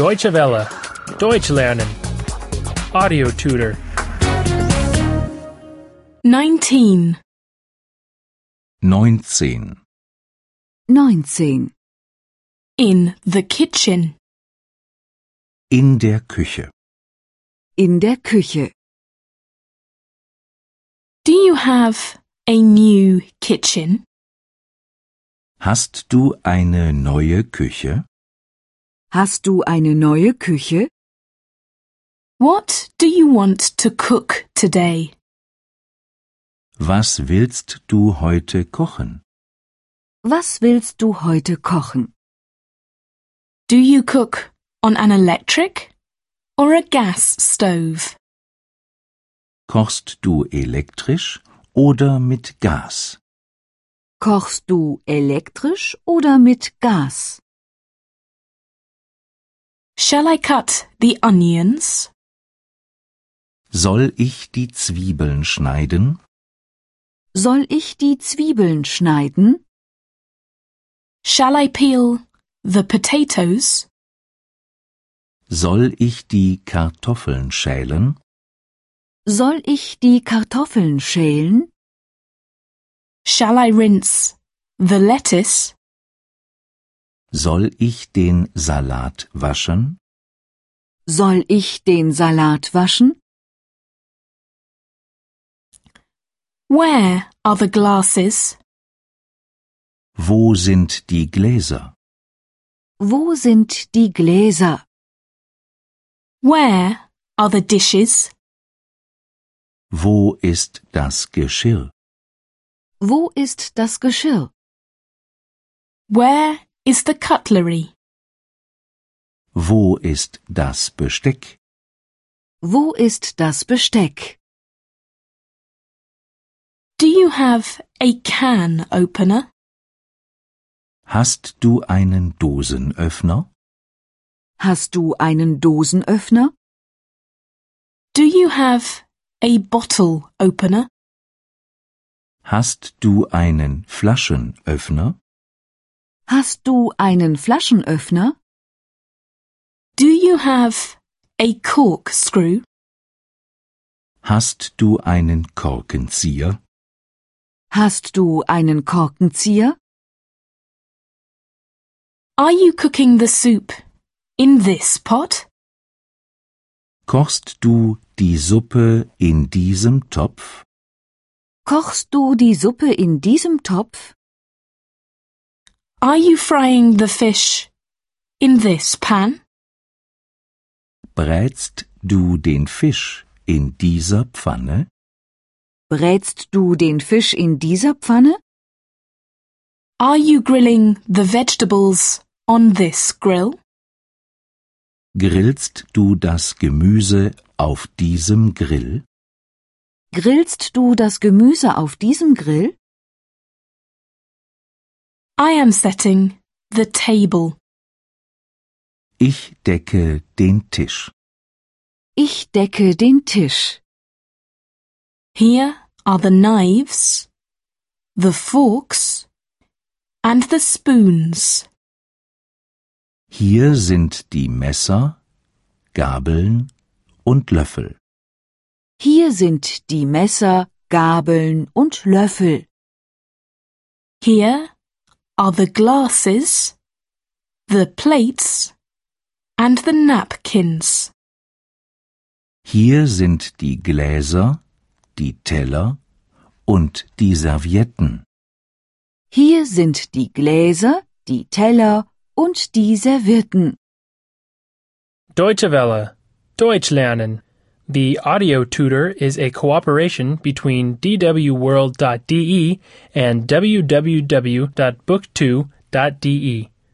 Deutsche Welle. Deutsch lernen. Audio tutor. 19. 19. 19. In the kitchen. In der Küche. In der Küche. Do you have a new kitchen? Hast du eine neue Küche? Hast du eine neue Küche? What do you want to cook today? Was willst du heute kochen? Was willst du heute kochen? Do you cook on an electric or a gas stove? Kochst du elektrisch oder mit Gas? Kochst du elektrisch oder mit Gas? Shall I cut the onions? Soll ich die Zwiebeln schneiden? Soll ich die Zwiebeln schneiden? Shall I peel the potatoes? Soll ich die Kartoffeln schälen? Soll ich die Kartoffeln schälen? Shall I rinse the lettuce? Soll ich den Salat waschen? Soll ich den Salat waschen? Where are the glasses? Wo sind die Gläser? Wo sind die Gläser? Where are the dishes? Wo ist das Geschirr? Wo ist das Geschirr? Where is the cutlery? Wo ist das Besteck? Wo ist das Besteck? Do you have a can opener? Hast du einen Dosenöffner? Hast du einen Dosenöffner? Do you have a bottle opener? Hast du einen Flaschenöffner? Hast du einen Flaschenöffner? Do you have a corkscrew? Hast du einen Korkenzieher? Hast du einen Korkenzieher? Are you cooking the soup in this pot? Kochst du die Suppe in diesem Topf? Kochst du die Suppe in diesem Topf? Are you frying the fish in this pan? Brätst du den Fisch in dieser Pfanne? Brätst du den Fisch in dieser Pfanne? Are you grilling the vegetables on this grill? Grillst du das Gemüse auf diesem Grill? Grillst du das Gemüse auf diesem Grill? I am setting the table. Ich decke den Tisch. Ich decke den Tisch. Here are the knives, the forks, and the spoons. Hier sind die Messer, Gabeln und Löffel. Hier sind die Messer, Gabeln und Löffel. Here are the glasses, the plates, and the napkins. Hier sind die Gläser, die Teller und die Servietten. Hier sind die Gläser, die Teller und die Servietten. Deutsche Welle. Deutsch lernen. The audio tutor is a cooperation between E dwworld.de and www.book2.de.